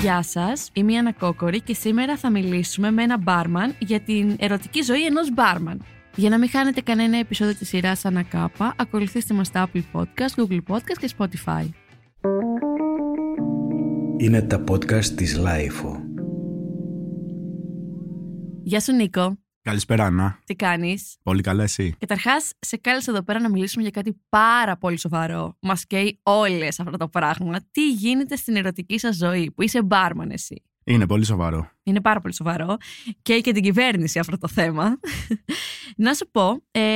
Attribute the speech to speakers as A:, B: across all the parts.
A: Γεια σας, είμαι η Ανακόκορη και σήμερα θα μιλήσουμε με ένα μπάρμαν για την ερωτική ζωή ενός μπάρμαν. Για να μην χάνετε κανένα επεισόδιο της σειράς Ανακάπα, ακολουθήστε μας στα Apple Podcast, Google Podcast και Spotify.
B: Είναι τα podcast της Λάιφο.
A: Γεια σου Νίκο,
C: Καλησπέρα, Άννα.
A: τι κάνεις?
C: Πολύ καλά, εσύ.
A: Καταρχάς, σε κάλεσα εδώ πέρα να μιλήσουμε για κάτι πάρα πολύ σοβαρό. Μας καίει όλες αυτά τα πράγματα. Τι γίνεται στην ερωτική σας ζωή που είσαι μπάρμαν εσύ.
C: Είναι πολύ σοβαρό.
A: Είναι πάρα πολύ σοβαρό και και την κυβέρνηση αυτό το θέμα. να σου πω, ε,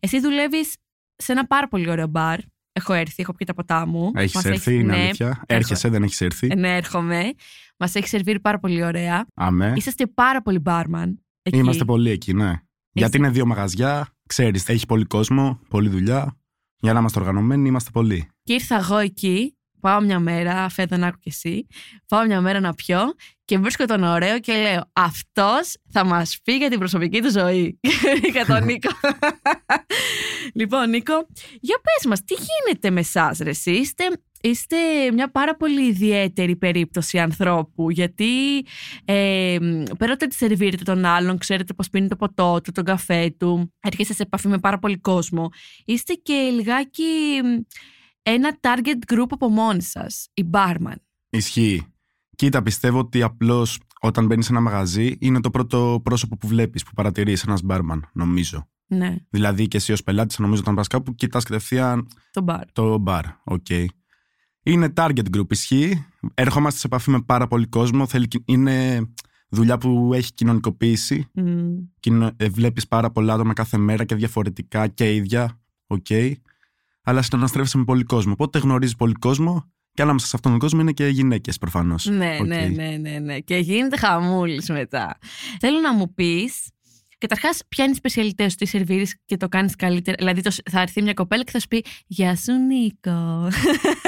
A: εσύ δουλεύεις σε ένα πάρα πολύ ωραίο μπαρ. Έχω έρθει, έχω πιει τα ποτά μου. Μας
C: Έχει έρθει, είναι
A: ναι,
C: αλήθεια. Έρχεσαι, δεν έχεις έρθει.
A: ε, ναι, έρχομαι. Μας έχεις σερβίρει πάρα πολύ ωραία.
C: Αμέ.
A: Είσαστε πάρα πολύ μπάρμαν. Εκεί.
C: Ε. Είμαστε πολύ εκεί, ναι. Γιατί είναι δύο μαγαζιά, ξέρεις, έχει πολύ κόσμο, πολλή δουλειά. Για να είμαστε οργανωμένοι, είμαστε πολλοί.
A: Και ήρθα εγώ εκεί. Πάω μια μέρα, φέτα να άκου κι εσύ. Πάω μια μέρα να πιω και βρίσκω τον ωραίο και λέω Αυτός θα μας πει για την προσωπική του ζωή. για τον Νίκο. λοιπόν, Νίκο, για πες μας, τι γίνεται με εσάς, ρε, εσύ? είστε, είστε μια πάρα πολύ ιδιαίτερη περίπτωση ανθρώπου. Γιατί ε, πέρα ότι τη σερβίρετε τον άλλον, ξέρετε πώς πίνει το ποτό του, τον καφέ του, έρχεστε σε επαφή με πάρα πολύ κόσμο. Είστε και λιγάκι μ, ένα target group από μόνοι σας, οι barman.
C: Ισχύει. Κοίτα, πιστεύω ότι απλώς όταν μπαίνεις σε ένα μαγαζί, είναι το πρώτο πρόσωπο που βλέπεις, που παρατηρείς ένας μπάρμαν, νομίζω.
A: Ναι,
C: Δηλαδή και εσύ ως πελάτης, νομίζω, όταν πας κάπου, κοιτάς κατευθείαν
A: το bar.
C: Το μπαρ, οκ. Είναι target group, ισχύει. Έρχομαστε σε επαφή με πάρα πολύ κόσμο. Θέλει, κι- είναι δουλειά που έχει κοινωνικοποίηση.
A: Μμ.
C: Κοινο, ε, βλέπεις πάρα πολλά άτομα κάθε μέρα και διαφορετικά και ίδια, οκ. Αλλά συναναστρέφεσαι με πολύ κόσμο. Οπότε γνωρίζεις πολύ κόσμο και ανάμεσα σε αυτόν τον κόσμο είναι και γυναίκες προφανώς.
A: Ναι,
C: Οκ.
A: ναι, ναι, ναι, ναι. Και γίνεται χαμούλης μετά. Θέλω να μου πεις. Καταρχάς, ποια είναι η σπεσιαλιτέ σου, τι σερβίρεις και το κάνεις καλύτερα. Δηλαδή, το, σ- θα έρθει μια κοπέλα και θα σου πει Γεια σου, Νίκο.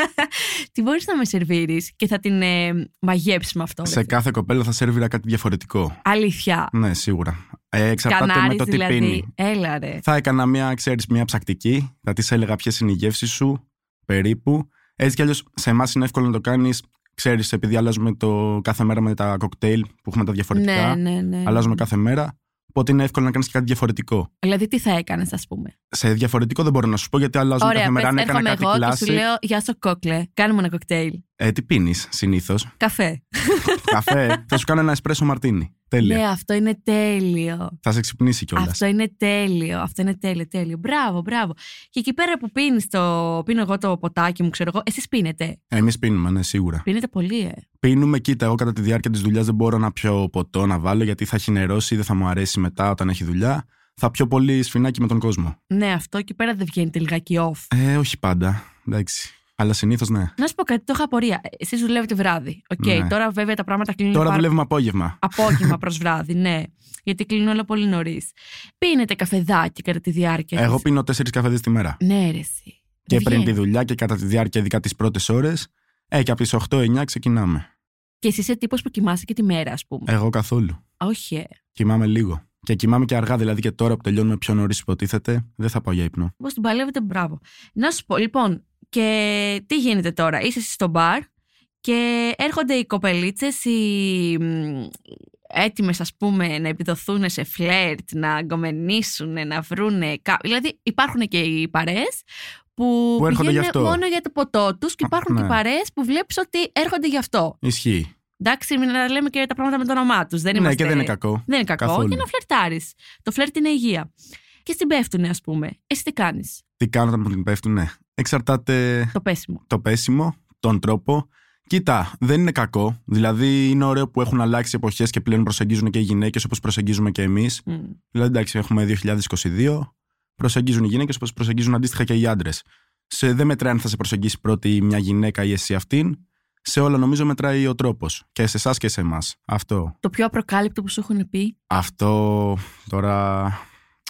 A: τι μπορείς να με σερβίρεις και θα την ε, μαγέψει με αυτό.
C: Σε
A: ρε.
C: κάθε κοπέλα θα σερβίρα κάτι διαφορετικό.
A: Αλήθεια.
C: Ναι, σίγουρα. Ε, εξαρτάται
A: Κανάρι
C: με το τι
A: δηλαδή.
C: πίνει.
A: Έλα ρε.
C: Θα έκανα μια, ξέρεις, μια ψακτική, θα της έλεγα ποιες είναι οι γεύσεις σου περίπου. Έτσι κι αλλιώς σε εμάς είναι εύκολο να το κάνεις, ξέρεις, επειδή αλλάζουμε το κάθε μέρα με τα κοκτέιλ που έχουμε τα διαφορετικά.
A: Ναι, ναι, ναι.
C: Αλλάζουμε κάθε μέρα. Οπότε είναι εύκολο να κάνεις και κάτι διαφορετικό.
A: Δηλαδή, τι θα έκανες, ας πούμε.
C: Σε διαφορετικό δεν μπορώ να σου πω γιατί αλλάζουμε
A: Ωραία,
C: κάθε μέρα.
A: πες,
C: Αν έκανα
A: έρχομαι
C: κάτι
A: εγώ και
C: κλάση.
A: σου λέω Γεια σου, κόκλε. Κάνουμε ένα κοκτέιλ.
C: Ε, τι πίνεις συνήθως.
A: Καφέ.
C: Καφέ. θα σου κάνω ένα εσπρέσο μαρτίνι. Τέλεια.
A: Ναι, αυτό είναι τέλειο.
C: Θα σε ξυπνήσει κιόλας.
A: Αυτό είναι τέλειο. Αυτό είναι τέλειο, τέλειο. Μπράβο, μπράβο. Και εκεί πέρα που πίνεις το. Πίνω εγώ το ποτάκι μου, ξέρω εγώ. Εσείς πίνετε.
C: Εμείς πίνουμε, ναι, σίγουρα.
A: Πίνετε πολύ, ε.
C: Πίνουμε, κοίτα, εγώ κατά τη διάρκεια της δουλειάς δεν μπορώ να πιω ποτό να βάλω γιατί θα χυνερώσει ή δεν θα μου αρέσει μετά όταν έχει δουλειά. Θα πιω πολύ σφινάκι με τον κόσμο.
A: Ναι, αυτό εκεί πέρα δεν βγαίνει λιγάκι off.
C: Ε, όχι πάντα. Εντάξει. Αλλά συνήθως ναι.
A: Να σου πω κάτι, το είχα απορία. Εσεί δουλεύετε βράδυ. Οκ,
C: Ναι.
A: τώρα βέβαια τα πράγματα κλείνουν
C: Τώρα
A: πάρα-
C: δουλεύουμε απόγευμα.
A: Απόγευμα προς βράδυ, ναι. Γιατί κλείνουν όλα πολύ νωρίς. Πίνετε καφεδάκι κατά τη διάρκεια.
C: Εγώ
A: της-
C: πίνω τέσσερις καφέδες τη μέρα.
A: Ναι, ρε, εσύ.
C: Και
A: Δεν
C: πριν τη
A: βγαίνει.
C: δουλειά και κατά τη διάρκεια, ειδικά τις πρώτες ώρες. Ε, και από τις 8-9 ξεκινάμε.
A: Και εσύ είσαι τύπος που κοιμάσαι και τη μέρα, ας πούμε.
C: Εγώ καθόλου.
A: Όχι, ε.
C: Κοιμάμαι λίγο. Και κοιμάμαι και αργά, δηλαδή και τώρα που τελειώνουμε πιο νωρίς, υποτίθεται, δεν θα πάω για ύπνο.
A: Πώ την παλεύετε, μπράβο. Να σου πω, λοιπόν, και τι γίνεται τώρα. Είσαι εσύ στο μπαρ και έρχονται οι κοπελίτσες, οι μ, έτοιμες ας πούμε να επιδοθούν σε φλερτ, να αγκομενήσουν, να βρούνε κά... Δηλαδή υπάρχουν και οι παρέες που,
C: Που έρχονται
A: πηγαίνουν
C: γι' αυτό.
A: μόνο για το ποτό τους και
C: Α,
A: υπάρχουν και
C: ναι.
A: παρέες που βλέπεις ότι έρχονται γι' αυτό.
C: Ισχύει.
A: Εντάξει, μην τα λέμε και τα πράγματα με το όνομά τους. Δεν
C: Ναι,
A: είμαστε-
C: και δεν είναι κακό.
A: Δεν είναι κακό.
C: Καθόλου.
A: Και να φλερτάρεις. Το φλερτ είναι υγεία. Και στην πέφτουνε, ας πούμε. Εσύ τι κάνεις.
C: Τι κάνω όταν μου πέφτουν, ναι. Εξαρτάται
A: Το πέσιμο.
C: το πέσιμο, τον τρόπο. Κοίτα, δεν είναι κακό. Δηλαδή, είναι ωραίο που έχουν αλλάξει εποχές και πλέον προσεγγίζουν και οι γυναίκες όπως προσεγγίζουμε και εμείς.
A: Μμ.
C: Δηλαδή, εντάξει, έχουμε 2022. Προσεγγίζουν οι γυναίκες όπως προσεγγίζουν αντίστοιχα και οι άντρες. Σε, δεν μετράει αν θα σε προσεγγίσει πρώτη μια γυναίκα ή εσύ αυτήν. Σε όλα, νομίζω, μετράει ο τρόπος. Και σε εσάς και σε εμάς. Αυτό.
A: Το πιο απροκάλυπτο που σου έχουν πει.
C: Αυτό τώρα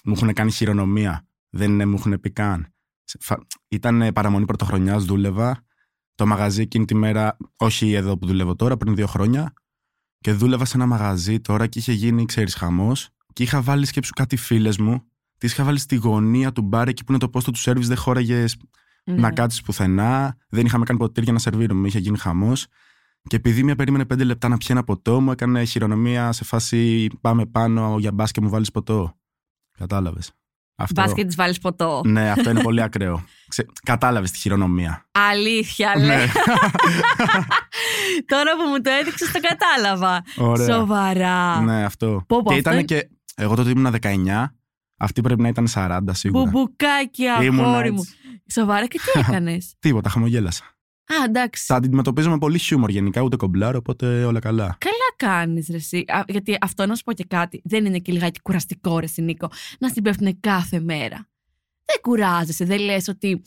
C: μου έχουν κάνει χειρονομία. Δεν είναι- μου έχουν πει καν. Σε- φα- Ήταν ε, παραμονή πρωτοχρονιάς, δούλευα. Το μαγαζί εκείνη τη μέρα, όχι εδώ που δουλεύω τώρα, πριν δύο χρόνια. Και δούλευα σε ένα μαγαζί τώρα και είχε γίνει, ξέρεις, χαμός. Και είχα βάλει σκέψου κάτι φίλες μου. Τις είχα βάλει στη γωνία του μπαρ εκεί που είναι το πόστο του σερβις Δεν χώραγες
A: Ναι.
C: να κάτσεις πουθενά. Δεν είχαμε καν ποτήρια να σερβίρουμε. Είχε γίνει χαμός. Και επειδή μια περίμενε πέντε λεπτά να πιει ένα ποτό, μου έκανε χειρονομία σε φάση πάμε πάνω για μπάσκετ μου βάλεις ποτό. Κατάλαβες. Αυτό.
A: Μπάσκετ της βάλεις ποτό.
C: Ναι, αυτό είναι πολύ ακραίο. Ξε... Κατάλαβες τη χειρονομία.
A: Αλήθεια, λέει.
C: ναι.
A: Τώρα που μου το έδειξες, το κατάλαβα.
C: Ωραία.
A: Σοβαρά.
C: Ναι, αυτό.
A: Πω, πω,
C: και
A: αυτό
C: ήταν
A: είναι-
C: και. Εγώ τότε ήμουν 19. Αυτή πρέπει να ήταν 40 σίγουρα.
A: Μπουμπουκάκι,
C: Ήμουνα
A: αγόρι μου.
C: έτσι.
A: Σοβαρά και τι έκανες.
C: Τίποτα, χαμογέλασα.
A: Α, εντάξει.
C: Τα αντιμετωπίζω με πολύ χιούμορ γενικά, ούτε κομπλάρο, οπότε όλα καλά.
A: Καλά κάνεις, ρε εσύ. Α, Γιατί αυτό να σου πω και κάτι. Δεν είναι και λιγάκι κουραστικό, ρε εσύ, Νίκο, να στην πέφτουν κάθε μέρα. Δεν κουράζεσαι, δεν λες ότι.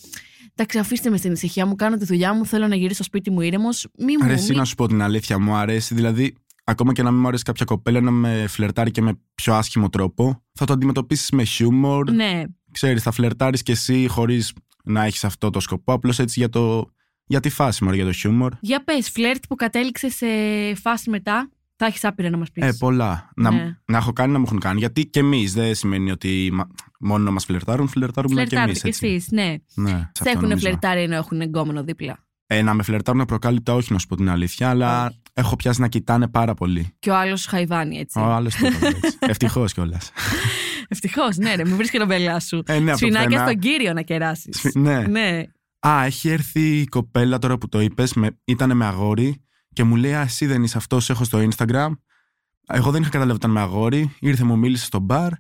A: Εντάξει, αφήστε με στην ησυχία μου, κάνω τη δουλειά μου, θέλω να γυρίσω στο σπίτι μου ήρεμος. Μη Ε, μου.
C: Αρέσει
A: μη-
C: να σου πω την αλήθεια, μου αρέσει. Δηλαδή, ακόμα και να μην μου αρέσει κάποια κοπέλα να με φλερτάρει και με πιο άσχημο τρόπο, θα το αντιμετωπίσεις με χιούμορ.
A: Ναι,
C: Ξέρεις, θα φλερτάρεις κι εσύ χωρίς να έχεις αυτό το σκοπό. Απλώς έτσι για, το... για τη φάση, μωρέ, για το χιούμορ. Ε,
A: Για πες, φλερτ που κατέληξες σε φάση μετά. Θα έχεις άπειρα να μας πεις.
C: Ε, πολλά. Να,
A: Ναι.
C: να έχω κάνει, να μου έχουν κάνει. Γιατί και εμείς δεν σημαίνει ότι μα- μόνο να μας φλερτάρουν, φλερτάρουμε και εμεί.
A: Φλερτάρετε κι εσείς, ναι.
C: Ναι, σε
A: Σε
C: αυτό
A: έχουν
C: νομίζω.
A: φλερτάρει ενώ έχουν εγκόμενο δίπλα.
C: Ε, να με φλερτάρουν προκάλυπτα, όχι να σου πω την αλήθεια, αλλά
A: Όχι.
C: έχω πιάσει να κοιτάνε πάρα πολύ.
A: Και ο άλλος χαϊβάνει έτσι.
C: Ο άλλος το Ευτυχώς κιόλας.
A: Ευτυχώς, ναι, ρε, μην βρει και τον πελά σου.
C: Ε, ναι, από το
A: Σφινάκια
C: πουθενά.
A: στον κύριο να κεράσεις.
C: Σφι- Ναι.
A: Ναι.
C: Α, έχει έρθει η κοπέλα τώρα που το είπες, ήταν με αγόρι και μου λέει: Α, εσύ δεν είσαι αυτός, έχω στο Instagram. Εγώ δεν είχα καταλάβει ότι ήταν με αγόρι. Ήρθε, μου μίλησε στο μπαρ.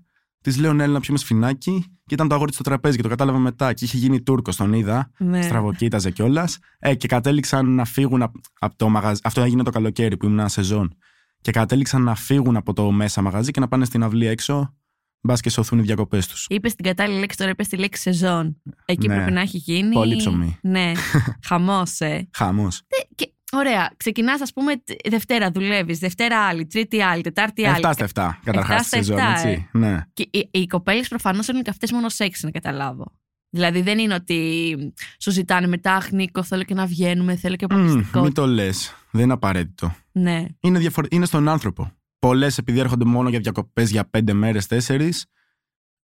C: Της λέω: Ναι, έλα να πιούμε σφινάκι. Και ήταν το αγόρι της στο τραπέζι και το κατάλαβα μετά. Και είχε γίνει Τούρκος, τον είδα.
A: ναι.
C: Στραβοκοίταζε κιόλας. Ε, και κατέληξαν να φύγουν από απ το μαγαζί. Αυτό έγινε το καλοκαίρι που ήμουν ένα σεζόν. Και κατέληξαν να φύγουν από το μέσα μαγαζί και να πάνε στην αυλή έξω. Μπα και σωθούν οι διακοπές τους.
A: Είπες την κατάλληλη λέξη, τώρα είπες τη λέξη σεζόν. Εκεί
C: Ναι.
A: πρέπει να έχει γίνει.
C: Πολύ ψωμί.
A: Ναι. Χαμός, ε.
C: Χαμός.
A: Και, ωραία. Ξεκινάς, ας πούμε, τ- Δευτέρα δουλεύεις, Δευτέρα άλλη, Τρίτη άλλη, Τετάρτη άλλη.
C: 7 στα 7,
A: Εφτά
C: καταρχά τη
A: στα
C: σεζόν,
A: εφτά, ε.
C: έτσι. Ναι.
A: Και οι, οι κοπέλες προφανώς έχουν και αυτές μόνο σεξ, να καταλάβω. Δηλαδή δεν είναι ότι σου ζητάνε μετά, «Αχ, Νίκο, θέλω και να βγαίνουμε, θέλω και
C: Μμμ,
A: απολυστικό.
C: μην το λες. Δεν είναι απαραίτητο.
A: Ναι.
C: Είναι, διαφορε... είναι στον άνθρωπο. Πολλές επειδή έρχονται μόνο για διακοπές για πέντε μέρες, τέσσερις,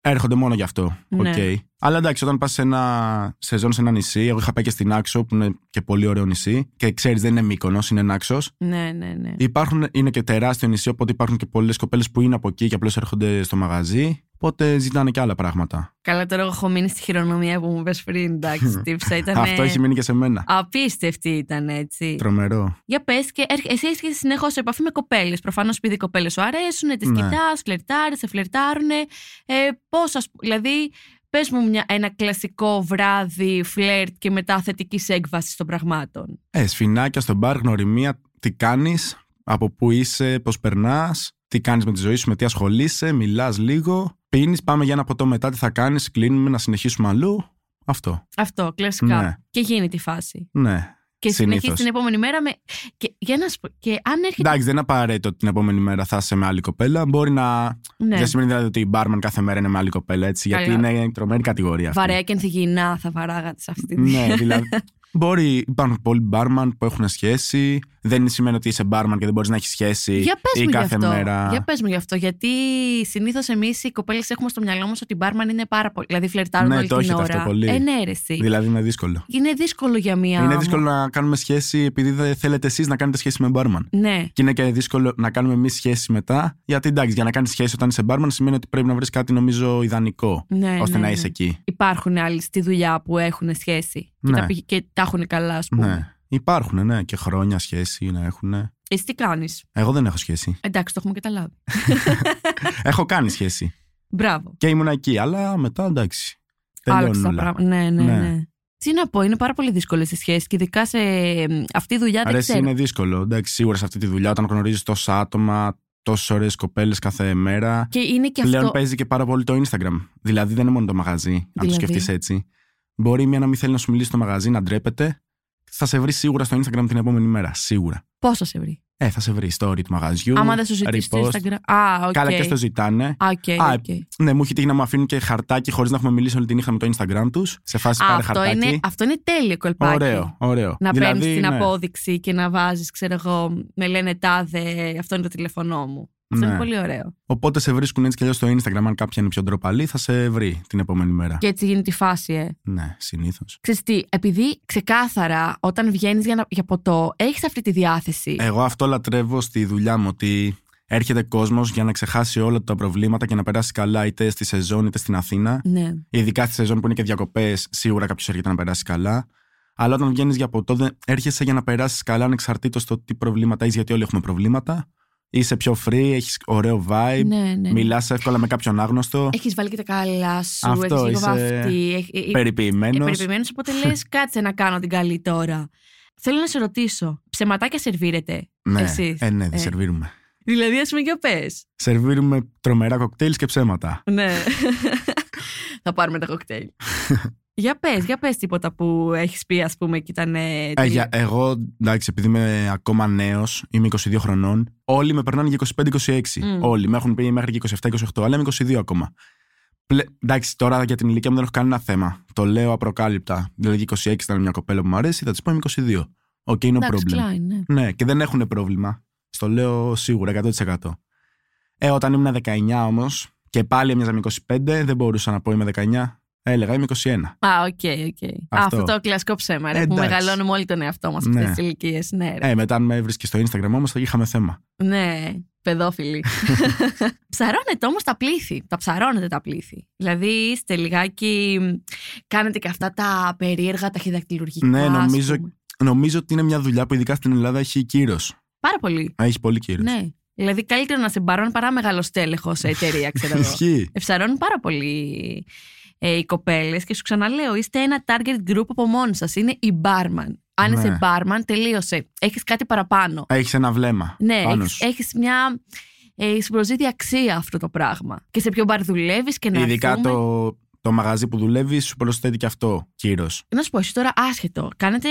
C: έρχονται μόνο γι' αυτό.
A: Ναι.
C: Οκ. Αλλά εντάξει, όταν πας σε ένα σεζόν σε ένα νησί, εγώ είχα πάει και στην Άξο, που είναι και πολύ ωραίο νησί, και ξέρεις, δεν είναι Μύκονο, είναι Νάξο.
A: Ναι, ναι, ναι.
C: Υπάρχουν, είναι και τεράστιο νησί, οπότε υπάρχουν και πολλές κοπέλες που είναι από εκεί και απλώς έρχονται στο μαγαζί. Οπότε ζητάνε και άλλα πράγματα.
A: Καλά, τώρα εγώ έχω μείνει στη χειρονομία που μου πες πριν. Εντάξει, τύψα. Ήταν.
C: Αυτό έχει μείνει και σε μένα.
A: Απίστευτη ήταν έτσι.
C: Τρομερό.
A: Για πες και έρχε- εσύ έρχεσαι συνεχώς σε επαφή με κοπέλες. Προφανώς επειδή οι κοπέλες σου αρέσουν, τις
C: Ναι.
A: κοιτάς, φλερτάρεις, σε φλερτάρουν. Ε, Πώς, δηλαδή, πες μου μια, ένα κλασικό βράδυ φλερτ και μετά θετική έκβασης των πραγμάτων.
C: Ε, σφινάκια στο μπαρ, γνωριμία, τι κάνεις, από πού είσαι, πώς περνάς, τι κάνεις με τη ζωή σου, με τι ασχολείσαι, μιλάς λίγο, πίνεις, πάμε για ένα ποτό μετά, τι θα κάνεις, κλείνουμε να συνεχίσουμε αλλού. Αυτό.
A: Αυτό, κλασικά.
C: Ναι.
A: Και γίνεται η φάση.
C: Ναι.
A: Και συνεχίζει
C: Συνήθως.
A: την επόμενη μέρα με. Και, για να σου πω- και αν έρχεται.
C: Εντάξει, δεν είναι απαραίτητο ότι την επόμενη μέρα θα είσαι με άλλη κοπέλα. Μπορεί να.
A: Ναι,
C: Δεν σημαίνει δηλαδή ότι η μπάρμαν κάθε μέρα είναι με άλλη κοπέλα, έτσι.
A: Καλά.
C: Γιατί είναι τρομερή κατηγορία αυτή.
A: βαρέα και ενθυγεινά θα βαράγατε σε αυτή τη
C: Ναι, δηλαδή. Μπορεί, υπάρχουν πολλοί μπάρμαν που έχουν σχέση. Δεν σημαίνει ότι είσαι μπάρμαν και δεν μπορείς να έχεις σχέση.
A: Για πες
C: ή
A: μου γι'
C: κάθε
A: αυτό.
C: μέρα.
A: Για πες μου γι' αυτό. Γιατί συνήθως εμείς οι κοπέλες έχουμε στο μυαλό μας ότι η μπάρμαν είναι πάρα πολύ. Δηλαδή φλερτάρουν
C: Ναι,
A: όλη
C: το
A: την
C: έχετε
A: ώρα. Ε,
C: αυτό πολύ.
A: Ενέρεση.
C: Δηλαδή είναι δύσκολο.
A: Είναι δύσκολο για μία.
C: Είναι δύσκολο να κάνουμε σχέση επειδή δεν θέλετε εσείς να κάνετε σχέση με μπάρμαν.
A: Ναι.
C: Και είναι και δύσκολο να κάνουμε εμείς σχέση μετά. Γιατί εντάξει, για να κάνεις σχέση όταν είσαι μπάρμαν σημαίνει ότι πρέπει να βρεις κάτι νομίζω ιδανικό
A: ναι
C: ώστε
A: ναι,
C: να
A: ναι.
C: είσαι εκεί.
A: Υπάρχουν άλλοι στη δουλειά που έχουν σχέση και,
C: Ναι.
A: τα, πηγ- και τα έχουν καλά, ας πούμε.
C: Ναι. Υπάρχουν, ναι, και χρόνια σχέση να έχουν.
A: Εσύ τι κάνεις.
C: Εγώ δεν έχω σχέση.
A: Εντάξει, το έχουμε καταλάβει.
C: έχω κάνει σχέση.
A: Μπράβο.
C: Και ήμουν εκεί, αλλά μετά εντάξει.
A: Άλλαξε
C: Τελειώνουν
A: τα
C: όλα.
A: πράγματα. Ναι, ναι, ναι.
C: Ναι.
A: Τι να πω, είναι πάρα πολύ δύσκολες οι σχέσεις και ειδικά σε ε, αυτή τη δουλειά δεν
C: Αρέσει,
A: ξέρω.
C: είναι δύσκολο. Εντάξει, σίγουρα σε αυτή τη δουλειά όταν γνωρίζεις τόσα άτομα, τόσες ωραίες κοπέλες κάθε μέρα.
A: Και είναι και
C: Πλέον
A: αυτό.
C: παίζει και πάρα πολύ το Instagram. Δηλαδή δεν είναι μόνο το μαγαζί, αν το
A: Δηλαδή?
C: σκεφτείς έτσι. Μπορεί μια να μην θέλει να σου μιλήσει στο μαγαζί, να ντρέπεται. Θα σε βρει σίγουρα στο Instagram την επόμενη μέρα. Σίγουρα.
A: Πόσο σε βρει.
C: Ε, θα σε βρει story του μαγαζιού.
A: Άμα δεν σου ζητήσει το
C: repost.
A: Instagram. Α, οκ.
C: Καλά και στο ζητάνε.
A: Α, οκ,
C: Α,
A: οκ.
C: Ναι, μου έχει τύχει να μου αφήνουν και χαρτάκι χωρίς να έχουμε μιλήσει όλη τη νύχτα με το Instagram τους. Σε φάση
A: Α,
C: πάρε
A: αυτό,
C: χαρτάκι.
A: είναι, αυτό είναι τέλειο κολπάκι.
C: Ωραίο, ωραίο.
A: Να
C: δηλαδή,
A: παίρνεις την
C: ναι.
A: απόδειξη και να βάζεις, ξέρω εγώ, με λένε τάδε, αυτό είναι το τηλεφωνό μου. Αυτό είναι
C: Ναι.
A: πολύ ωραίο.
C: Οπότε σε βρίσκουν έτσι κι αλλιώς στο Instagram. Αν κάποια είναι πιο ντροπαλή, θα σε βρει την επόμενη μέρα.
A: Και έτσι γίνεται η φάση, ε.
C: Ναι, συνήθως.
A: Ξέρεις τι, επειδή ξεκάθαρα όταν βγαίνεις για, να- για ποτό, έχεις αυτή τη διάθεση.
C: Ε, Εγώ αυτό λατρεύω στη δουλειά μου ότι έρχεται κόσμος για να ξεχάσει όλα τα προβλήματα και να περάσει καλά είτε στη σεζόν είτε στην Αθήνα.
A: Ναι.
C: Ειδικά στη σεζόν που είναι και διακοπές, σίγουρα κάποιος έρχεται να περάσει καλά. Αλλά όταν βγαίνεις για ποτό, δεν- έρχεσαι για να περάσεις καλά ανεξαρτήτως το τι προβλήματα έχεις, γιατί όλοι έχουμε προβλήματα. Είσαι πιο free, έχεις ωραίο vibe,
A: ναι, ναι.
C: ε,
A: Ε,
C: μιλάς εύκολα με κάποιον άγνωστο,
A: Έχεις βάλει και τα καλά σου,
C: Αυτό,
A: έχεις λίγο
C: είσαι
A: βαφτεί. ε,
C: περιποιημένο.
A: Περιποιημένος, οπότε λες, κάτσε να κάνω την καλή τώρα. Θέλω να σε ρωτήσω, ψεματάκια σερβίρετε.
C: Ναι,
A: εσείς.
C: ε, ναι,
A: Ε.
C: σερβίρουμε.
A: Δηλαδή, ας πούμε, για πες.
C: Σερβίρουμε τρομερά κοκτέιλ και ψέματα.
A: Ναι. Θα πάρουμε τα κοκτέιλ. για πες, για πες τίποτα που έχεις πει, ας πούμε, και ήταν. ε,
C: Ε,
A: τι-
C: για- εγώ, εντάξει, επειδή είμαι ακόμα νέος, είμαι 22 χρονών. Όλοι με περνάνε για 25-26.
A: Μμμ.
C: Όλοι με έχουν πει μέχρι και 27-28, αλλά είμαι 22 ακόμα. Πλε, εντάξει, τώρα για την ηλικία μου δεν έχω κανένα θέμα. Το λέω απροκάλυπτα. Δηλαδή, 26 ήταν μια κοπέλα που μου αρέσει, θα της πω είμαι 22. Οκ, okay, no
A: Εντάξει,
C: problem.
A: Klein, ναι.
C: Ναι, και δεν έχουν πρόβλημα. Στο λέω σίγουρα 100%. Ε, όταν ήμουν 19 όμως, και πάλι έμοιαζα με 25, δεν μπορούσα να πω είμαι 19. Έλεγα είμαι 21.
A: Α, οκ, οκ. Αυτό.
C: Αυτό.
A: το κλασικό ψέμα, ρε, που
C: Εντάξει.
A: μεγαλώνουμε όλοι τον εαυτό μας αυτές
C: Ναι.
A: τις ηλικίες. Ναι, ρε.
C: Ε, μετά αν με έβρισκες στο Instagram όμως, θα είχαμε θέμα.
A: ναι, παιδόφιλοι. ψαρώνετε όμως τα πλήθη. Τα ψαρώνετε τα πλήθη. Δηλαδή είστε λιγάκι. Κάνετε και αυτά τα περίεργα ταχυδακτηλουργικά.
C: Ναι,
A: ας
C: νομίζω-
A: πούμε.
C: Νομίζω ότι είναι μια δουλειά που ειδικά στην Ελλάδα έχει κύρος.
A: Πάρα πολύ.
C: Έχει πολύ κύρος.
A: Ναι. Δηλαδή καλύτερο να σε μπαρώνει παρά μεγάλο τέλεχο σε εταιρεία, ξέρω εγώ.
C: Ισχύει.
A: Εψαρώνουν πάρα πολύ ε, οι κοπέλες και σου ξαναλέω, είστε ένα target group από μόνοι σας. Είναι η barman. Αν
C: Ναι.
A: είσαι barman, τελείωσε. Έχεις κάτι παραπάνω.
C: Έχεις ένα βλέμμα.
A: Ναι,
C: πάνω
A: έχεις,
C: σου.
A: έχεις μια. Ε, σου προσδίδει αξία αυτό το πράγμα. Και σε ποιο μπαρ δουλεύεις και να
C: Ειδικά
A: έρθουμε.
C: το, το μαγαζί που δουλεύεις σου προσθέτει και αυτό κύρος.
A: Να σου πω, εσύ τώρα άσχετο. Κάνετε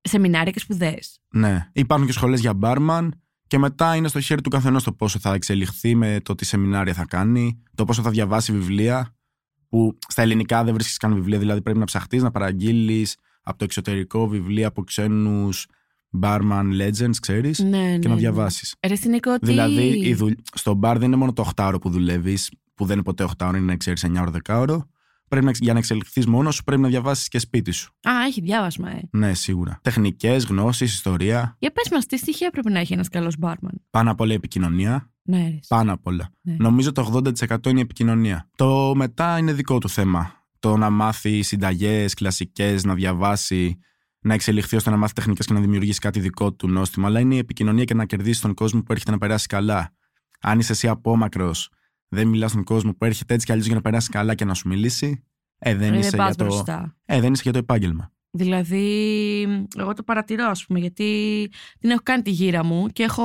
A: σεμινάρια και σπουδές.
C: Ναι. Υπάρχουν και σχολές για μπάρμαν και μετά είναι στο χέρι του καθενός το πόσο θα εξελιχθεί με το τι σεμινάρια θα κάνει, το πόσο θα διαβάσει βιβλία. Που στα ελληνικά δεν βρίσκεις καν βιβλία, δηλαδή πρέπει να ψαχτείς, να παραγγείλεις από το εξωτερικό βιβλία από ξένους μπάρμαν legends, ξέρεις,
A: Ναι, ναι.
C: και να διαβάσεις.
A: Ρε στην ότι...
C: Δηλαδή, η δουλ- στο μπαρ δεν είναι μόνο το 8ωρο που δουλεύεις, που δεν είναι ποτέ 8ωρο, είναι 6 9ωρο, 10ωρο. Πρέπει να, εξ- για να εξελιχθείς μόνος σου, πρέπει να διαβάσεις και σπίτι σου.
A: Α, έχει διάβασμα, ε.
C: Ναι, σίγουρα. Τεχνικές, γνώσεις, ιστορία.
A: Για πες μας, τι στοιχεία πρέπει να έχει ένας καλός μπάρμαν.
C: Πάνω απ' όλα η επικοινωνία.
A: Ναι, ρε.
C: Πάνω απ' όλα.
A: Ναι.
C: Νομίζω το 80% είναι η επικοινωνία. Το μετά είναι δικό του θέμα. Το να μάθει συνταγές, κλασικές, να διαβάσει, να εξελιχθεί ώστε να μάθει τεχνικές και να δημιουργήσει κάτι δικό του νόστιμο. Αλλά είναι η επικοινωνία και να κερδίσει τον κόσμο που έρχεται να περάσει καλά. Αν είσαι εσύ απόμακρος, δεν μιλάς στον κόσμο που έρχεται έτσι κι αλλιώς για να περάσει καλά και να σου μιλήσει. Ε, δεν,
A: Ρε,
C: είσαι
A: πας
C: για το...
A: μπροστά.
C: ε, δεν είσαι για το επάγγελμα.
A: Δηλαδή, εγώ το παρατηρώ, ας πούμε, γιατί την έχω κάνει τη γύρα μου και έχω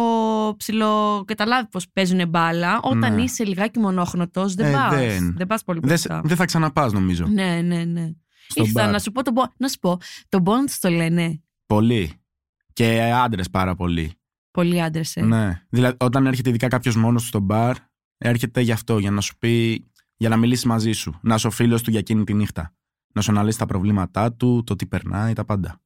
A: ψηλό καταλάβει πώς παίζουν μπάλα. Όταν
C: Ναι.
A: είσαι λιγάκι μονόχνοτος, δεν
C: Ε,
A: πας.
C: δεν.
A: Δεν πας πολύ
C: Δεν
A: μπροστά.
C: δεν θα ξαναπάς, νομίζω.
A: Ναι, ναι, ναι.
C: στον
A: Ήρθα
C: μπαρ.
A: να σου πω τον πον- Να σου πω, τον πόντ το λένε.
C: Πολύ. Και άντρες πάρα πολύ.
A: Πολλοί άντρες. Ε.
C: Ναι. Δηλαδή, όταν έρχεται ειδικά κάποιος μόνος στο μπαρ, έρχεται γι' αυτό, για να σου πει, για να μιλήσεις μαζί σου. Να είσαι ο φίλος του για εκείνη τη νύχτα. Να σου αναλύσει τα προβλήματά του, το τι περνάει, τα πάντα.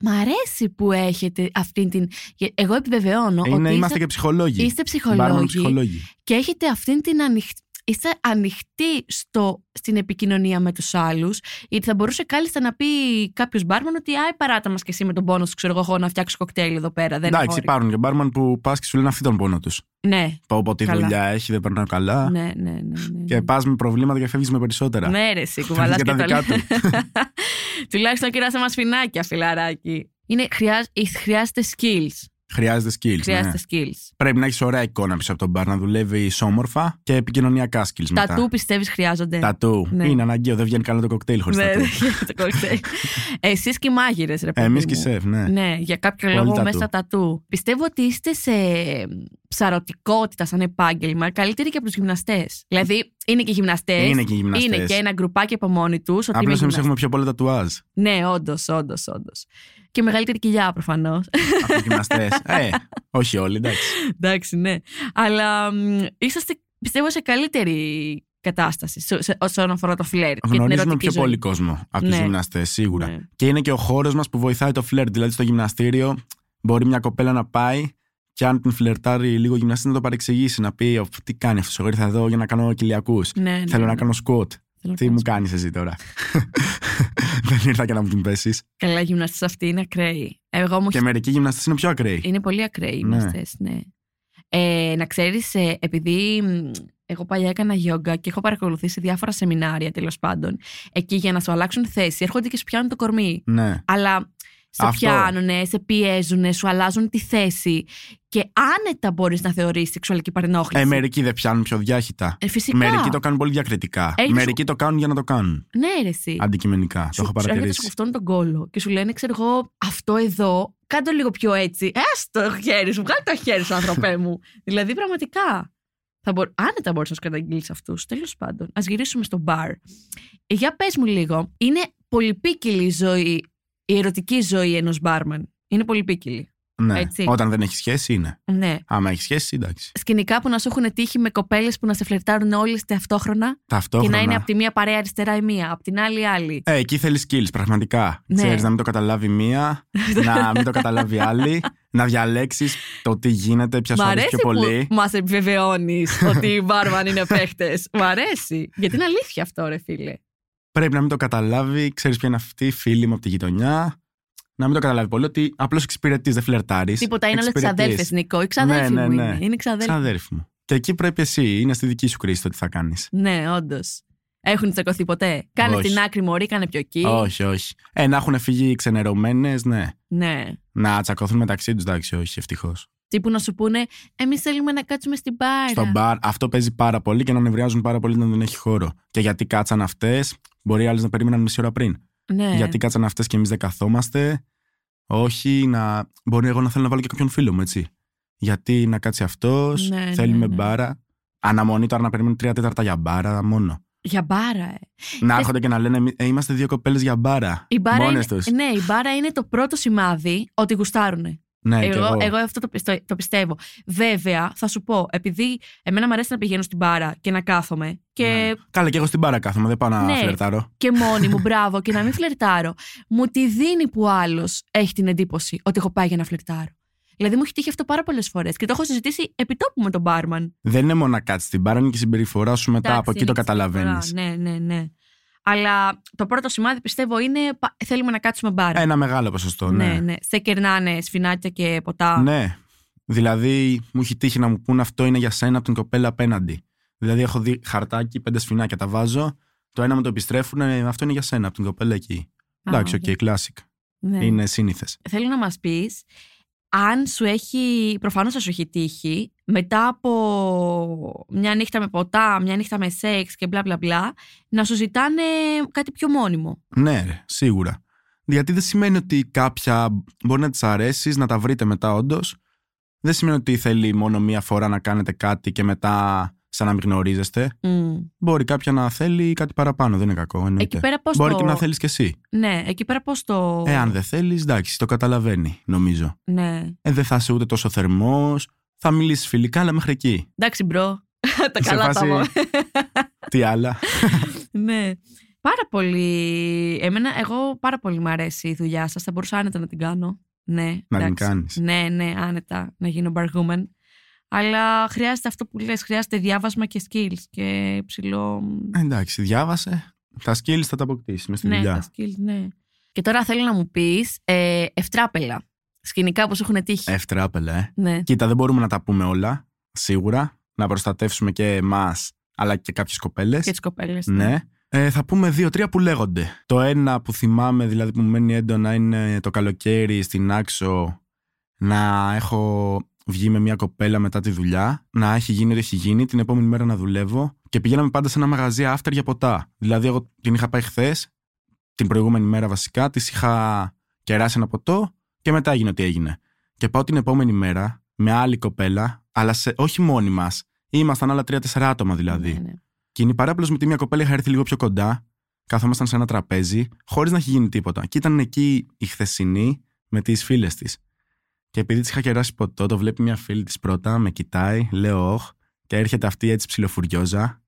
A: Μ' αρέσει που έχετε αυτήν την. γε- Εγώ επιβεβαιώνω ότι
C: Είναι, είμαστε
A: είστε,
C: και ψυχολόγοι.
A: είστε
C: Μπάρμαν
A: ψυχολόγοι
C: ψυχολόγοι.
A: και έχετε αυτήν την ανοιχτή. Είστε ανοιχτοί στο, στην επικοινωνία με τους άλλους, γιατί θα μπορούσε κάλλιστα να πει κάποιος μπάρμαν ότι Άι, παράτα μας και εσύ με τον πόνο σου, ξέρω εγώ, έχω να φτιάξω κοκτέιλ εδώ πέρα. Δεν
C: Εντάξει,
A: αγόρι».
C: υπάρχουν και μπάρμαν που πας και σου λένε αυτή τον πόνο τους.
A: Ναι,
C: Πω πω τι
A: Καλά.
C: δουλειά έχει, δεν περνάω καλά.
A: ναι, ναι. ναι, ναι, ναι.
C: Και πας με προβλήματα και φεύγεις με περισσότερα.
A: Ναι, ρε, εσύ, κουβαλάς και,
C: Παίρνεις
A: το
C: και τα
A: λε. Τουλάχιστον κυρά μας φινάκια, φιλαράκι. Είναι, χρειάζ, ε, χρειάζεται skills.
C: Χρειάζεται skills. Ναι.
A: Χρειάζεται skills.
C: Πρέπει να έχεις ωραία εικόνα πίσω από τον μπαρ, να δουλεύει όμορφα και επικοινωνιακά skills μετά.
A: Τα του πιστεύεις χρειάζονται.
C: Τατού.
A: Ναι.
C: Είναι αναγκαίο, δεν βγαίνει καλό το κοκτέιλ χωρίς
A: Ναι,
C: τατού.
A: δεν χρειάζεται κοκτέιλ. Εσείς και οι μάγειρες, ρε παιδί
C: Εμείς και
A: μου.
C: σεφ, ναι.
A: Ναι, για κάποιο
C: Πολύ
A: λόγο
C: τατού.
A: μέσα τα του. Πιστεύω ότι είστε σε ψαρωτικότητα σαν επάγγελμα καλύτεροι και από τους γυμναστές. Δηλαδή, είναι και γυμναστές.
C: Είναι και γυμναστές.
A: Είναι και ένα γκρουπάκι από μόνοι τους.
C: Απλώ εμεί έχουμε πιο πολλά τατουάζ
A: Ναι, όντως, όντως, όντως. Και μεγαλύτερη κοιλιά προφανώ.
C: από του γυμναστέ. ε, όχι όλοι, εντάξει.
A: Εντάξει, ναι. Αλλά μ, είσαστε, πιστεύω, σε καλύτερη κατάσταση σε, σε- όσον αφορά το φλερ. και την
C: Γνωρίζουμε
A: ερωτική
C: πιο
A: ζωή.
C: πολύ κόσμο από τους
A: Ναι.
C: γυμναστές, σίγουρα.
A: Ναι.
C: Και είναι και ο χώρος μας που βοηθάει το φλερ. Δηλαδή στο γυμναστήριο μπορεί μια κοπέλα να πάει Και αν την φλερτάρει λίγο γυμναστή, να το παρεξηγήσει, να πει «Οφ, τι κάνει αυτός. Εγώ ήρθα εδώ για να κάνω κοιλιακού.
A: Ναι, ναι,
C: Θέλω
A: ναι.
C: να κάνω σκοτ.
A: Θέλω να
C: Τι
A: κάνω
C: μου
A: σκοτ.
C: κάνεις εσύ τώρα. Δεν ήρθα για να μου την πέσεις.
A: Καλά, οι γυμναστές αυτοί είναι ακραίοι. Εγώ όμω
C: Και μερικοί γυμναστές είναι πιο ακραίοι.
A: Είναι πολύ ακραίοι οι
C: Ναι.
A: μαστές, ναι. Ε, να ξέρεις, ε, επειδή μ, εγώ παλιά έκανα γιόγκα και έχω παρακολουθήσει διάφορα σεμινάρια τέλος πάντων, εκεί για να σου αλλάξουν θέση έρχονται και σου πιάνουν το κορμί.
C: Ναι.
A: Αλλά σε
C: Αυτό.
A: πιάνουνε, σε πιέζουνε, σου αλλάζουν τη θέση και άνετα μπορείς να θεωρείς σεξουαλική παρενόχληση.
C: Ε, μερικοί δεν πιάνουν πιο διάχυτα.
A: Ε, φυσικά.
C: Μερικοί το κάνουν πολύ διακριτικά.
A: Έχεις-
C: Μερικοί το κάνουν για να το κάνουν.
A: Ναι, ρε, εσύ.
C: Αντικειμενικά.
A: Σου-
C: Το έχω
A: σου έρχεται, Σου
C: παρατηρήσει.
A: κουφτώνει τον κόλο και σου λένε, ξέρω εγώ, αυτό εδώ, κάντο λίγο πιο έτσι. Έστω το χέρι σου, βγάλει το χέρι σου, άνθρωπέ μου. δηλαδή, πραγματικά. Θα μπο... Άνετα μπορείς να τους καταγγείλεις αυτούς. Τέλος πάντων, ας γυρίσουμε στο μπαρ. Ε, Για πες μου λίγο, είναι πολυπίκυλη η ζωή, η ερωτική ζωή ενός μπάρμαν. Είναι πολυπίκυλη.
C: Ναι.
A: έτσι.
C: Όταν δεν έχει σχέση είναι.
A: Ναι.
C: Άμα έχει σχέση, εντάξει.
A: Σκηνικά που να σου έχουν τύχει με κοπέλες που να σε φλερτάρουν όλες ταυτόχρονα και
C: Ταυτόχρονα.
A: να είναι από τη μία παρέα αριστερά η μία, από την άλλη η άλλη.
C: Ε, εκεί θέλει skills, πραγματικά.
A: Ναι.
C: Ξέρεις να μην το καταλάβει μία, να μην το καταλάβει άλλη, να διαλέξεις το τι γίνεται, ποια
A: Μ'
C: σου αρέσει
A: αρέσει
C: πιο
A: που
C: πολύ.
A: μας επιβεβαιώνεις ότι οι μπάρμαν είναι παίχτες. Μ' αρέσει. Γιατί είναι αλήθεια αυτό, ρε φίλε.
C: Πρέπει να μην το καταλάβει, ξέρεις ποια είναι αυτή, η φίλη μου από τη γειτονιά. Να μην το καταλάβει πολύ, ότι απλώς εξυπηρετείς, δεν φλερτάρεις.
A: Τίποτα είναι όλε ξαδέλφε, Νικό. Οι ξαδέλφοι
C: Ναι, ναι,
A: μου
C: ναι.
A: είναι. Είναι ξαδέλφοι.
C: Ξαδέρφη μου. Και εκεί πρέπει εσύ, είναι στη δική σου κρίση το τι θα κάνεις.
A: Ναι, όντως. Έχουν τσακωθεί ποτέ. Κάνε
C: Όχι.
A: στην άκρη μωρή, κάνε πιο εκεί.
C: Όχι, όχι. Ε, να έχουν φύγει ξενερωμένες, ναι.
A: Ναι.
C: Να τσακωθούν μεταξύ τους, εντάξει, όχι, ευτυχώς.
A: Τι που να σου πούνε, εμείς θέλουμε να κάτσουμε στην μπάρα.
C: Στο μπαρ, αυτό παίζει πάρα πολύ και να νευριάζουν πάρα πολύ όταν δεν έχει χώρο. Και γιατί κάτσαν αυτές, μπορεί άλλες να περίμεναν μισή ώρα πριν.
A: Ναι.
C: Γιατί κάτσαν αυτές και εμείς δεν καθόμαστε. Όχι, να. Μπορεί εγώ να θέλω να βάλω και κάποιον φίλο μου, έτσι. Γιατί να κάτσει αυτός,
A: Ναι, ναι,
C: θέλουμε
A: ναι.
C: μπάρα. Αναμονή τώρα να περιμένουν τρία τέταρτα για μπάρα μόνο.
A: Για μπάρα, ε.
C: Να έρχονται και να λένε «Εμεί- ε, είμαστε δύο κοπέλες για μπάρα.
A: Η μπάρα,
C: Μόνες
A: είναι,
C: τους.
A: ναι, η μπάρα είναι το πρώτο σημάδι ότι γουστάρουνε.
C: Ναι, κι
A: εγώ,
C: εγώ.
A: εγώ αυτό το, πιστο- το πιστεύω. Βέβαια, θα σου πω, επειδή εμένα μου αρέσει να πηγαίνω στην μπάρα και να κάθομαι και,
C: Ναι. Καλά, και εγώ στην μπάρα κάθομαι, δεν πάω να
A: Ναι.
C: φλερτάρω.
A: και μόνη μου, μπράβο, και να μην φλερτάρω, μου τη δίνει που άλλος έχει την εντύπωση ότι έχω πάει για να φλερτάρω. Δηλαδή μου έχει τύχει αυτό πάρα πολλές φορές και το έχω συζητήσει επιτόπου με τον μπάρμαν.
C: Δεν είναι μόνο να κάτσεις στην μπάρα, είναι και η συμπεριφορά σου μετά.
A: Εντάξει,
C: από εκεί
A: είναι
C: το
A: και συμπεριφορά.
C: καταλαβαίνει.
A: Ναι, ναι, ναι. Αλλά το πρώτο σημάδι πιστεύω είναι πα- θέλουμε να κάτσουμε μπάρα.
C: Ένα μεγάλο ποσοστό, Ε, ναι.
A: ναι, ναι. Σε κερνάνε σφινάκια και ποτά.
C: Ναι. Δηλαδή, μου έχει τύχει να μου πούν αυτό είναι για σένα από την κοπέλα απέναντι. Δηλαδή, έχω δει χαρτάκι, πέντε σφινάκια, τα βάζω. Το ένα μου το επιστρέφουν, «Ε, αυτό είναι για σένα από την κοπέλα εκεί.
A: Α,
C: Εντάξει, οκ,
A: οκ.
C: okay, classic.
A: Ναι.
C: Είναι σύνηθες.
A: θέλω να μας πεις αν σου έχει, προφανώς θα σου έχει τύχει, μετά από μια νύχτα με ποτά, μια νύχτα με σεξ και μπλα μπλα μπλα, να σου ζητάνε κάτι πιο μόνιμο.
C: Ναι, ρε, σίγουρα. Γιατί δεν σημαίνει ότι κάποια μπορεί να της αρέσεις, να τα βρείτε μετά, όντως. Δεν σημαίνει ότι θέλει μόνο μία φορά να κάνετε κάτι και μετά σαν να μην γνωρίζεστε. Μπορεί κάποια να θέλει κάτι παραπάνω, δεν είναι κακό. εννοείται.
A: Εκεί πέρα πώς
C: Μπορεί
A: το...
C: Ναι, και να θέλεις κι εσύ.
A: Ναι, εκεί πέρα πώς το...
C: Εάν δεν θέλεις, εντάξει, το καταλαβαίνει, νομίζω.
A: Ναι.
C: Ε, δεν θα είσαι ούτε τόσο θερμός. Θα μιλήσεις φιλικά, αλλά μέχρι εκεί.
A: Εντάξει μπρο, τα
C: Σε
A: καλά τα
C: φάση-
A: μου.
C: Τι άλλα.
A: ναι. Πάρα πολύ. Εμένα, εγώ πάρα πολύ μου αρέσει η δουλειά σας. Θα μπορούσα άνετα να την κάνω. Ναι,
C: Να την
A: εντάξει.
C: κάνεις.
A: Ναι, ναι, άνετα να γίνω bar woman. Αλλά χρειάζεται αυτό που λες, χρειάζεται διάβασμα και skills και ψηλό...
C: Ε, εντάξει, διάβασε. Τα skills θα τα αποκτήσεις μες στη
A: ναι, τα
C: δουλειά.
A: skills, ναι. Και τώρα θέλω να μου πεις ε, ευτράπελα, σκηνικά που σου έχουν τύχει.
C: Ευτράπελα, ε.
A: Ναι.
C: Κοίτα, δεν μπορούμε να τα πούμε όλα, σίγουρα. Να προστατεύσουμε και εμάς, αλλά και κάποιες κοπέλες.
A: Και τις κοπέλες.
C: Ναι. Ε, θα πούμε δύο-τρία που λέγονται. Το ένα που θυμάμαι, δηλαδή που μου μένει έντονα, είναι το καλοκαίρι στην Άξο να έχω βγει με μια κοπέλα μετά τη δουλειά, να έχει γίνει ό,τι έχει γίνει, την επόμενη μέρα να δουλεύω και πηγαίναμε πάντα σε ένα μαγαζί after για ποτά. Δηλαδή, εγώ την είχα πάει χθες, την προηγούμενη μέρα βασικά, της είχα κεράσει ένα ποτό και μετά έγινε ό,τι έγινε. Και πάω την επόμενη μέρα με άλλη κοπέλα, αλλά σε, όχι μόνοι μας. Ήμασταν άλλα τρία-τέσσερα άτομα δηλαδή.
A: Ναι, ναι.
C: Και είναι παράπλο με τη μία κοπέλα είχα έρθει λίγο πιο κοντά. Καθόμασταν σε ένα τραπέζι, χωρίς να έχει γίνει τίποτα. Και ήταν εκεί η χθεσινή με τις φίλες της. Και επειδή τη είχα κεράσει ποτό, το βλέπει μια φίλη της πρώτα, με κοιτάει, λέω όχ, και έρχεται αυτή έτσι ψιλοφουριόζα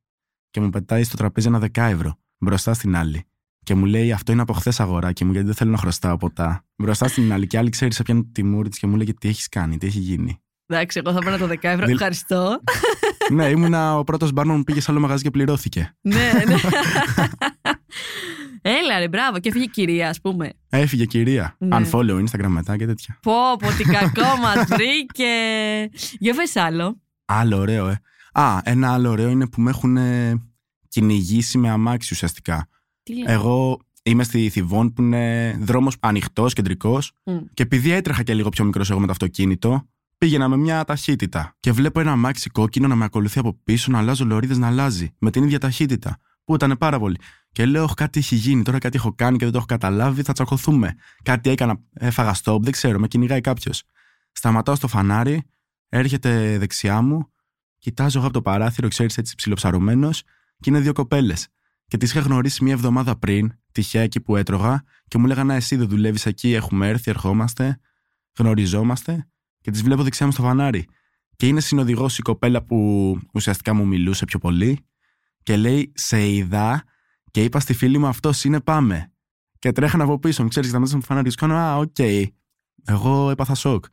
C: και μου πετάει στο τραπέζι ένα δεκάευρο μπροστά στην άλλη. Και μου λέει, Αυτό είναι από χθες αγοράκι μου, γιατί δεν θέλω να χρωστάω ποτά. Μπροστά στην άλλη. Και άλλη ξέρει, σε πιάνει τη μούρη της και μου λέει, Τι έχεις κάνει, τι έχει γίνει.
A: Εντάξει, εγώ θα παίρνω το 10 ευρώ.
C: Δηλ-
A: Ευχαριστώ.
C: ναι, ήμουνα ο πρώτος μπάρμαν που πήγε σε άλλο μαγαζί και πληρώθηκε.
A: ναι, ναι. Έλα ρε, μπράβο. Και έφυγε η κυρία, ας πούμε.
C: Έφυγε κυρία.
A: Ναι.
C: Αν follow Instagram μετά και τέτοια.
A: Πω, πω, τι κακό μας βρήκε. Για πες άλλο.
C: Άλλο ωραίο, ε. Α, ένα άλλο ωραίο είναι που με έχουν ε, κυνηγήσει με αμάξι ουσιαστικά.
A: Τι λέει.
C: Εγώ είμαι στη Θιβών που είναι δρόμος ανοιχτός, κεντρικός.
A: Μμ.
C: Και επειδή έτρεχα και λίγο πιο μικρός εγώ με το αυτοκίνητο, πήγαινα με μια ταχύτητα. Και βλέπω ένα αμάξι κόκκινο να με ακολουθεί από πίσω, να αλλάζω λωρίδες να αλλάζει. Με την ίδια ταχύτητα. Που ήταν πάρα πολύ. Και λέω: «Ωχ, Κάτι έχει γίνει, τώρα κάτι έχω κάνει και δεν το έχω καταλάβει, θα τσακωθούμε. Κάτι έκανα, έφαγα stop, δεν ξέρω, με κυνηγάει κάποιος. Σταματάω στο φανάρι, έρχεται δεξιά μου, κοιτάζω εγώ από το παράθυρο, ξέρεις έτσι ψιλοψαρωμένος, και είναι δύο κοπέλες. Και τις είχα γνωρίσει μία εβδομάδα πριν, τυχαία εκεί που έτρωγα, και μου λέγανε «Α, Εσύ δεν δουλεύεις εκεί, έχουμε έρθει, ερχόμαστε, γνωριζόμαστε. Και τις βλέπω δεξιά μου στο φανάρι. Και είναι συνοδηγός η κοπέλα που ουσιαστικά μου μιλούσε πιο πολύ, και λέει Σε είδα, και είπα στη φίλη μου αυτό είναι πάμε. Και τρέχανε από πίσω μου, ξέρεις, και τα μέσα μου στο φανάρι, και κάνω Α, οκ. Εγώ έπαθα σοκ.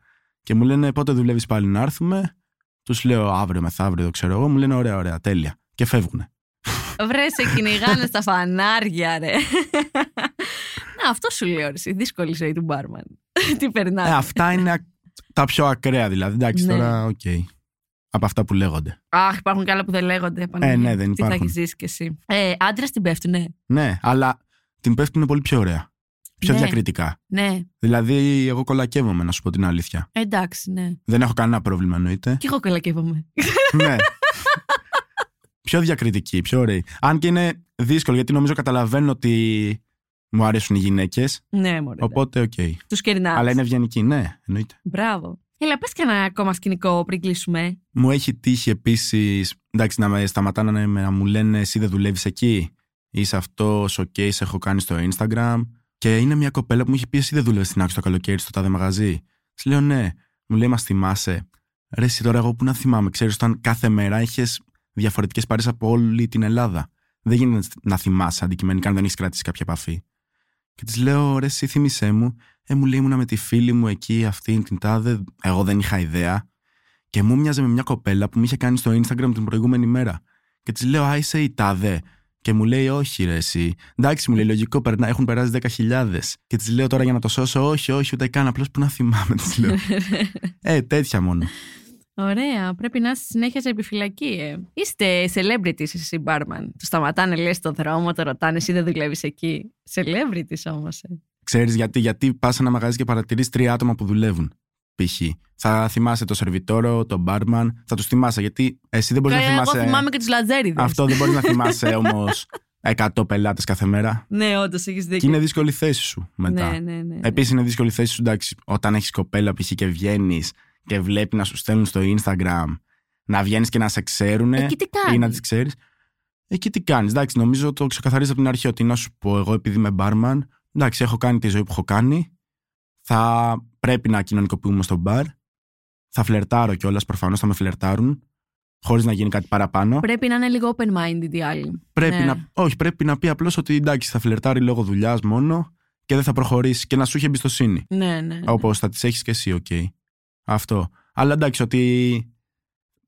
C: Και μου λένε Πότε δουλεύεις πάλι να έρθουμε. Τους λέω αύριο μεθαύριο, το ξέρω εγώ. Μου λένε Ωραία, ωραία, τέλεια. Και φεύγουν.
A: Βρε, σε κυνηγάνε στα φανάρια, ρε. Να, αυτό σου λέω, ρε, η δύσκολη ζωή του μπάρμαν. Τι
C: Ε,
A: περνάει.
C: αυτά είναι ακ- τα πιο ακραία δηλαδή. Εντάξει,
A: Ναι.
C: τώρα οκ. Από αυτά που λέγονται.
A: Αχ, υπάρχουν και άλλα που δεν λέγονται. Παναγία.
C: ναι, δεν
A: Τι θα
C: υπάρχουν.
A: έχεις ζήσει κι εσύ. Ε, άντρες την πέφτουνε.
C: Ναι, αλλά την πέφτουν πολύ πιο ωραία. Πιο
A: Ναι.
C: διακριτικά.
A: Ναι,
C: Δηλαδή, εγώ κολακεύομαι, να σου πω την αλήθεια.
A: εντάξει, ναι.
C: Δεν έχω κανένα πρόβλημα, εννοείται.
A: Κι εγώ κολακεύομαι.
C: ναι. πιο διακριτική, πιο ωραία. Αν και είναι δύσκολο, γιατί νομίζω καταλαβαίνω ότι μου αρέσουν οι γυναίκες.
A: ναι, μωρέ.
C: Οπότε, οκ.
A: Τους κερνάς.
C: Αλλά είναι ευγενική, ναι, εννοείται.
A: Μπράβο. Έλα, πες και ένα ακόμα σκηνικό πριν κλείσουμε.
C: Μου έχει τύχει επίσης. Εντάξει, να με σταματάνε να, με- να μου λένε εσύ δεν δουλεύεις εκεί. Είσαι αυτός, οκ, σε έχω κάνει στο Instagram. Και είναι μια κοπέλα που μου έχει πει εσύ δεν δουλεύεις στην άκρη το καλοκαίρι στο τάδε μαγαζί. Της λέω ναι. Μου λέει μα θυμάσαι. Ρε, εσύ τώρα εγώ που να θυμάμαι. Ξέρεις, όταν κάθε μέρα είχες διαφορετικές πάρεις από όλη την Ελλάδα. Δεν γίνεται να θυμάσαι αντικειμενικά αν δεν έχεις κρατήσει κάποια επαφή. Και της λέω, ρε, εσύ θύμησέ μου. Ε, μου λέει, ήμουνα με τη φίλη μου εκεί, αυτήν την τάδε. Εγώ δεν είχα ιδέα. Και μου μοιάζε με μια κοπέλα που μου είχε κάνει στο Instagram την προηγούμενη μέρα. Και της λέω, Α, είσαι η τάδε. Και μου λέει, Όχι, ρε, εσύ. Εντάξει, μου λέει, λογικό, περνά, έχουν περάσει 10.000. Και της λέω τώρα για να το σώσω, Όχι, όχι, ούτε καν. Απλώς που να θυμάμαι, της λέω. ε, τέτοια μόνο.
A: Ωραία, πρέπει να είσαι συνέχεια σε επιφυλακή, ε. Είστε celebrities εσύ, μπάρμαν. Του σταματάνε, λες, στον δρόμο, το ρωτάνε, εσύ δεν δουλεύεις εκεί. Celebrities όμως. Ε.
C: Ξέρεις γιατί, γιατί πας σε ένα μαγαζί και παρατηρείς τρία άτομα που δουλεύουν. Π.χ. Θα θυμάσαι το σερβιτόρο, τον μπάρμαν, θα τους θυμάσαι. Γιατί εσύ δεν μπορείς να
A: Ε,
C: θυμάσαι.
A: Εγώ θυμάμαι και τους λατζέριδες.
C: Αυτό δεν μπορείς να θυμάσαι όμως 100 πελάτες κάθε μέρα.
A: Ναι, όντως έχεις δίκιο.
C: Και είναι δύσκολη η θέση σου μετά.
A: Ναι, ναι, ναι. ναι.
C: Επίσης, Ε, είναι δύσκολη η θέση σου, εντάξει, όταν έχεις κοπέλα π.χ. και βγαίνεις και βλέπει να σου στέλνουν στο Instagram να βγαίνεις και να σε ξέρουν
A: Εκεί Ε, τι κάνει.
C: ναι, ή να τις ξέρεις. Εκεί τι κάνεις. Εντάξει, νομίζω το ξεκαθαρίζει από την αρχή ότι να σου πω εγώ επειδή είμαι μπάρμαν, εντάξει, έχω κάνει τη ζωή που έχω κάνει. Θα πρέπει να κοινωνικοποιούμε στο μπαρ. Θα φλερτάρω κιόλας, προφανώς θα με φλερτάρουν. Χωρίς να γίνει κάτι παραπάνω.
A: Πρέπει να είναι λίγο open-minded οι άλλοι.
C: Πρέπει
A: Ναι.
C: να, όχι, πρέπει να πει απλώς ότι εντάξει, θα φλερτάρει λόγω δουλειάς μόνο και δεν θα προχωρήσει και να σου έχει εμπιστοσύνη.
A: Ναι, ναι. ναι.
C: Όπως Mm-hmm. θα τις έχεις και εσύ, οκ. Αυτό. Αλλά εντάξει, ότι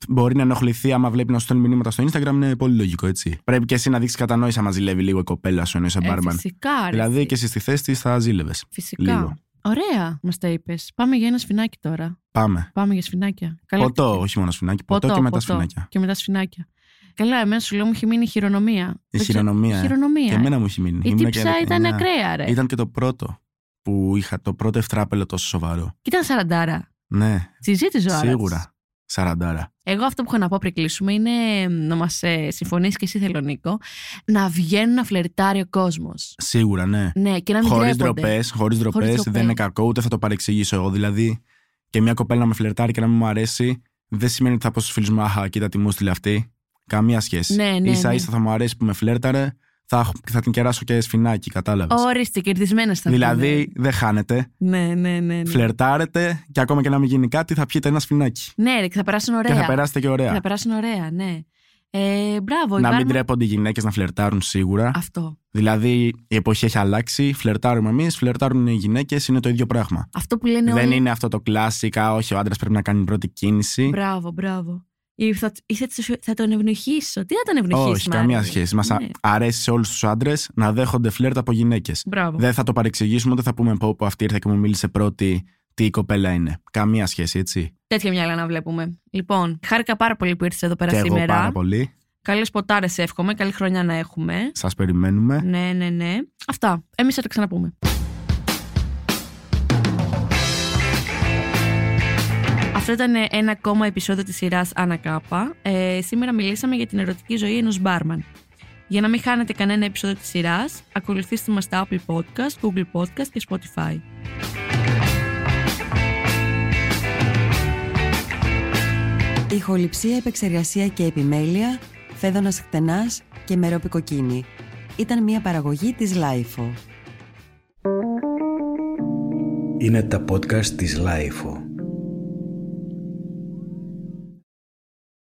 C: μπορεί να ενοχληθεί άμα βλέπει να σου στέλνει μηνύματα στο Instagram είναι πολύ λογικό, έτσι. Πρέπει και εσύ να δείξει κατανόηση άμα ζηλεύει λίγο η κοπέλα σου ενώ είσαι
A: Ε,
C: μπάρμαν.
A: φυσικά. ρε,
C: δηλαδή
A: εσύ.
C: και εσύ στη θέση της θα ζήλευες.
A: Φυσικά.
C: λίγο.
A: Ωραία, μας τα είπες. Πάμε για ένα σφινάκι τώρα.
C: Πάμε.
A: Πάμε για σφινάκια. Καλά,
C: ποτό,
A: χτύπησε.
C: όχι μόνο σφινάκι, ποτό, και μετά σφινάκια.
A: Και μετά σφινάκια. Καλά, εμένα σου λέω μου είχε μείνει η χειρονομία.
C: Η
A: Δεν ξέρω-
C: χειρονομία, ε.
A: χειρονομία.
C: Και εμένα μου έχει μείνει.
A: Η
C: Ήμουνα και
A: τύψα ήταν
C: 19.
A: ακραία, ε. ρε.
C: Ήταν και το πρώτο που είχα, το πρώτο ευτράπελο τόσο σοβαρό.
A: Και Ήταν σαραντάρα.
C: Ναι,
A: Συζήτησε ο άλλος.
C: σίγουρα. Σαραντάρα.
A: Εγώ αυτό που έχω να πω πριν κλείσουμε είναι μ, να μας συμφωνήσει και εσύ, Θελονίκο, να βγαίνουν να φλερτάρει ο κόσμος.
C: Σίγουρα, ναι.
A: Ναι, και να μην
C: Χωρίς
A: ντρέπονται.
C: ντροπές, χωρίς ντροπές,
A: ντροπές.
C: δεν είναι κακό, ούτε θα το παρεξηγήσω εγώ. Δηλαδή, και μια κοπέλα να με φλερτάρει και να μην μου αρέσει, δεν σημαίνει ότι θα πω στους φίλους μου, Αχα, κοίτα τι μου στείλε αυτή. Καμία σχέση.
A: Ναι, ναι,
C: ίσα
A: ναι.
C: ίσα θα μου αρέσει που με φλέρταρε, θα, έχω- θα την κεράσω και σφινάκι, κατάλαβες.
A: Ορίστε, κερδισμένες θα
C: Δηλαδή, δεν χάνετε.
A: πούμε. Ναι, ναι, ναι. ναι.
C: Φλερτάρετε και ακόμα και να μην γίνει κάτι, θα πιείτε ένα σφινάκι.
A: Ναι, ρε, και θα περάσουν ωραία.
C: Και θα περάσετε και ωραία.
A: Θα περάσουν ωραία, ναι. Ε, μπράβο,
C: να μην
A: υπάρχουν-
C: τρέπονται οι γυναίκες να φλερτάρουν σίγουρα.
A: Αυτό.
C: Δηλαδή η εποχή έχει αλλάξει. Φλερτάρουμε εμείς, φλερτάρουν οι γυναίκες, είναι το ίδιο πράγμα.
A: Αυτό που λένε
C: Δεν
A: όλοι.
C: είναι αυτό το κλασικά, όχι, ο άντρας πρέπει να κάνει την πρώτη κίνηση.
A: Μπράβο, μπράβο. Ή θα, ή θα, τους- θα τον ευνοχήσω. Τι θα τον ευνοχήσει,
C: όχι, καμία σχέση. Μας
A: Ναι.
C: αρέσει σε όλους τους άντρες να δέχονται φλερτ από γυναίκες.
A: Μπράβο.
C: Δεν θα το παρεξηγήσουμε, ούτε θα πούμε πω που αυτή ήρθε και μου μίλησε πρώτη τι η κοπέλα είναι. Καμία σχέση, έτσι.
A: Τέτοια μυαλά να βλέπουμε. Λοιπόν, χάρηκα πάρα πολύ που ήρθες εδώ πέρα
C: και εγώ
A: σήμερα.
C: πάρα πολύ.
A: Καλές ποτάρες εύχομαι. Καλή χρονιά να έχουμε.
C: Σας περιμένουμε.
A: ναι, ναι, ναι. Αυτά. Εμείς θα το ξαναπούμε. Αυτό ήταν ε, ένα ακόμα επεισόδιο της σειράς Ανακάπα. Ε, σήμερα μιλήσαμε για την ερωτική ζωή ενός μπάρμαν. Για να μην χάνετε κανένα επεισόδιο της σειράς, ακολουθήστε μας στα Apple Podcast, Google Podcast και Spotify.
D: Ηχοληψία, επεξεργασία και επιμέλεια, φέδωνας χτενάς και μερόπικοκίνη. Ήταν μια παραγωγή της Λάιφο.
B: Είναι τα podcast της Λάιφο.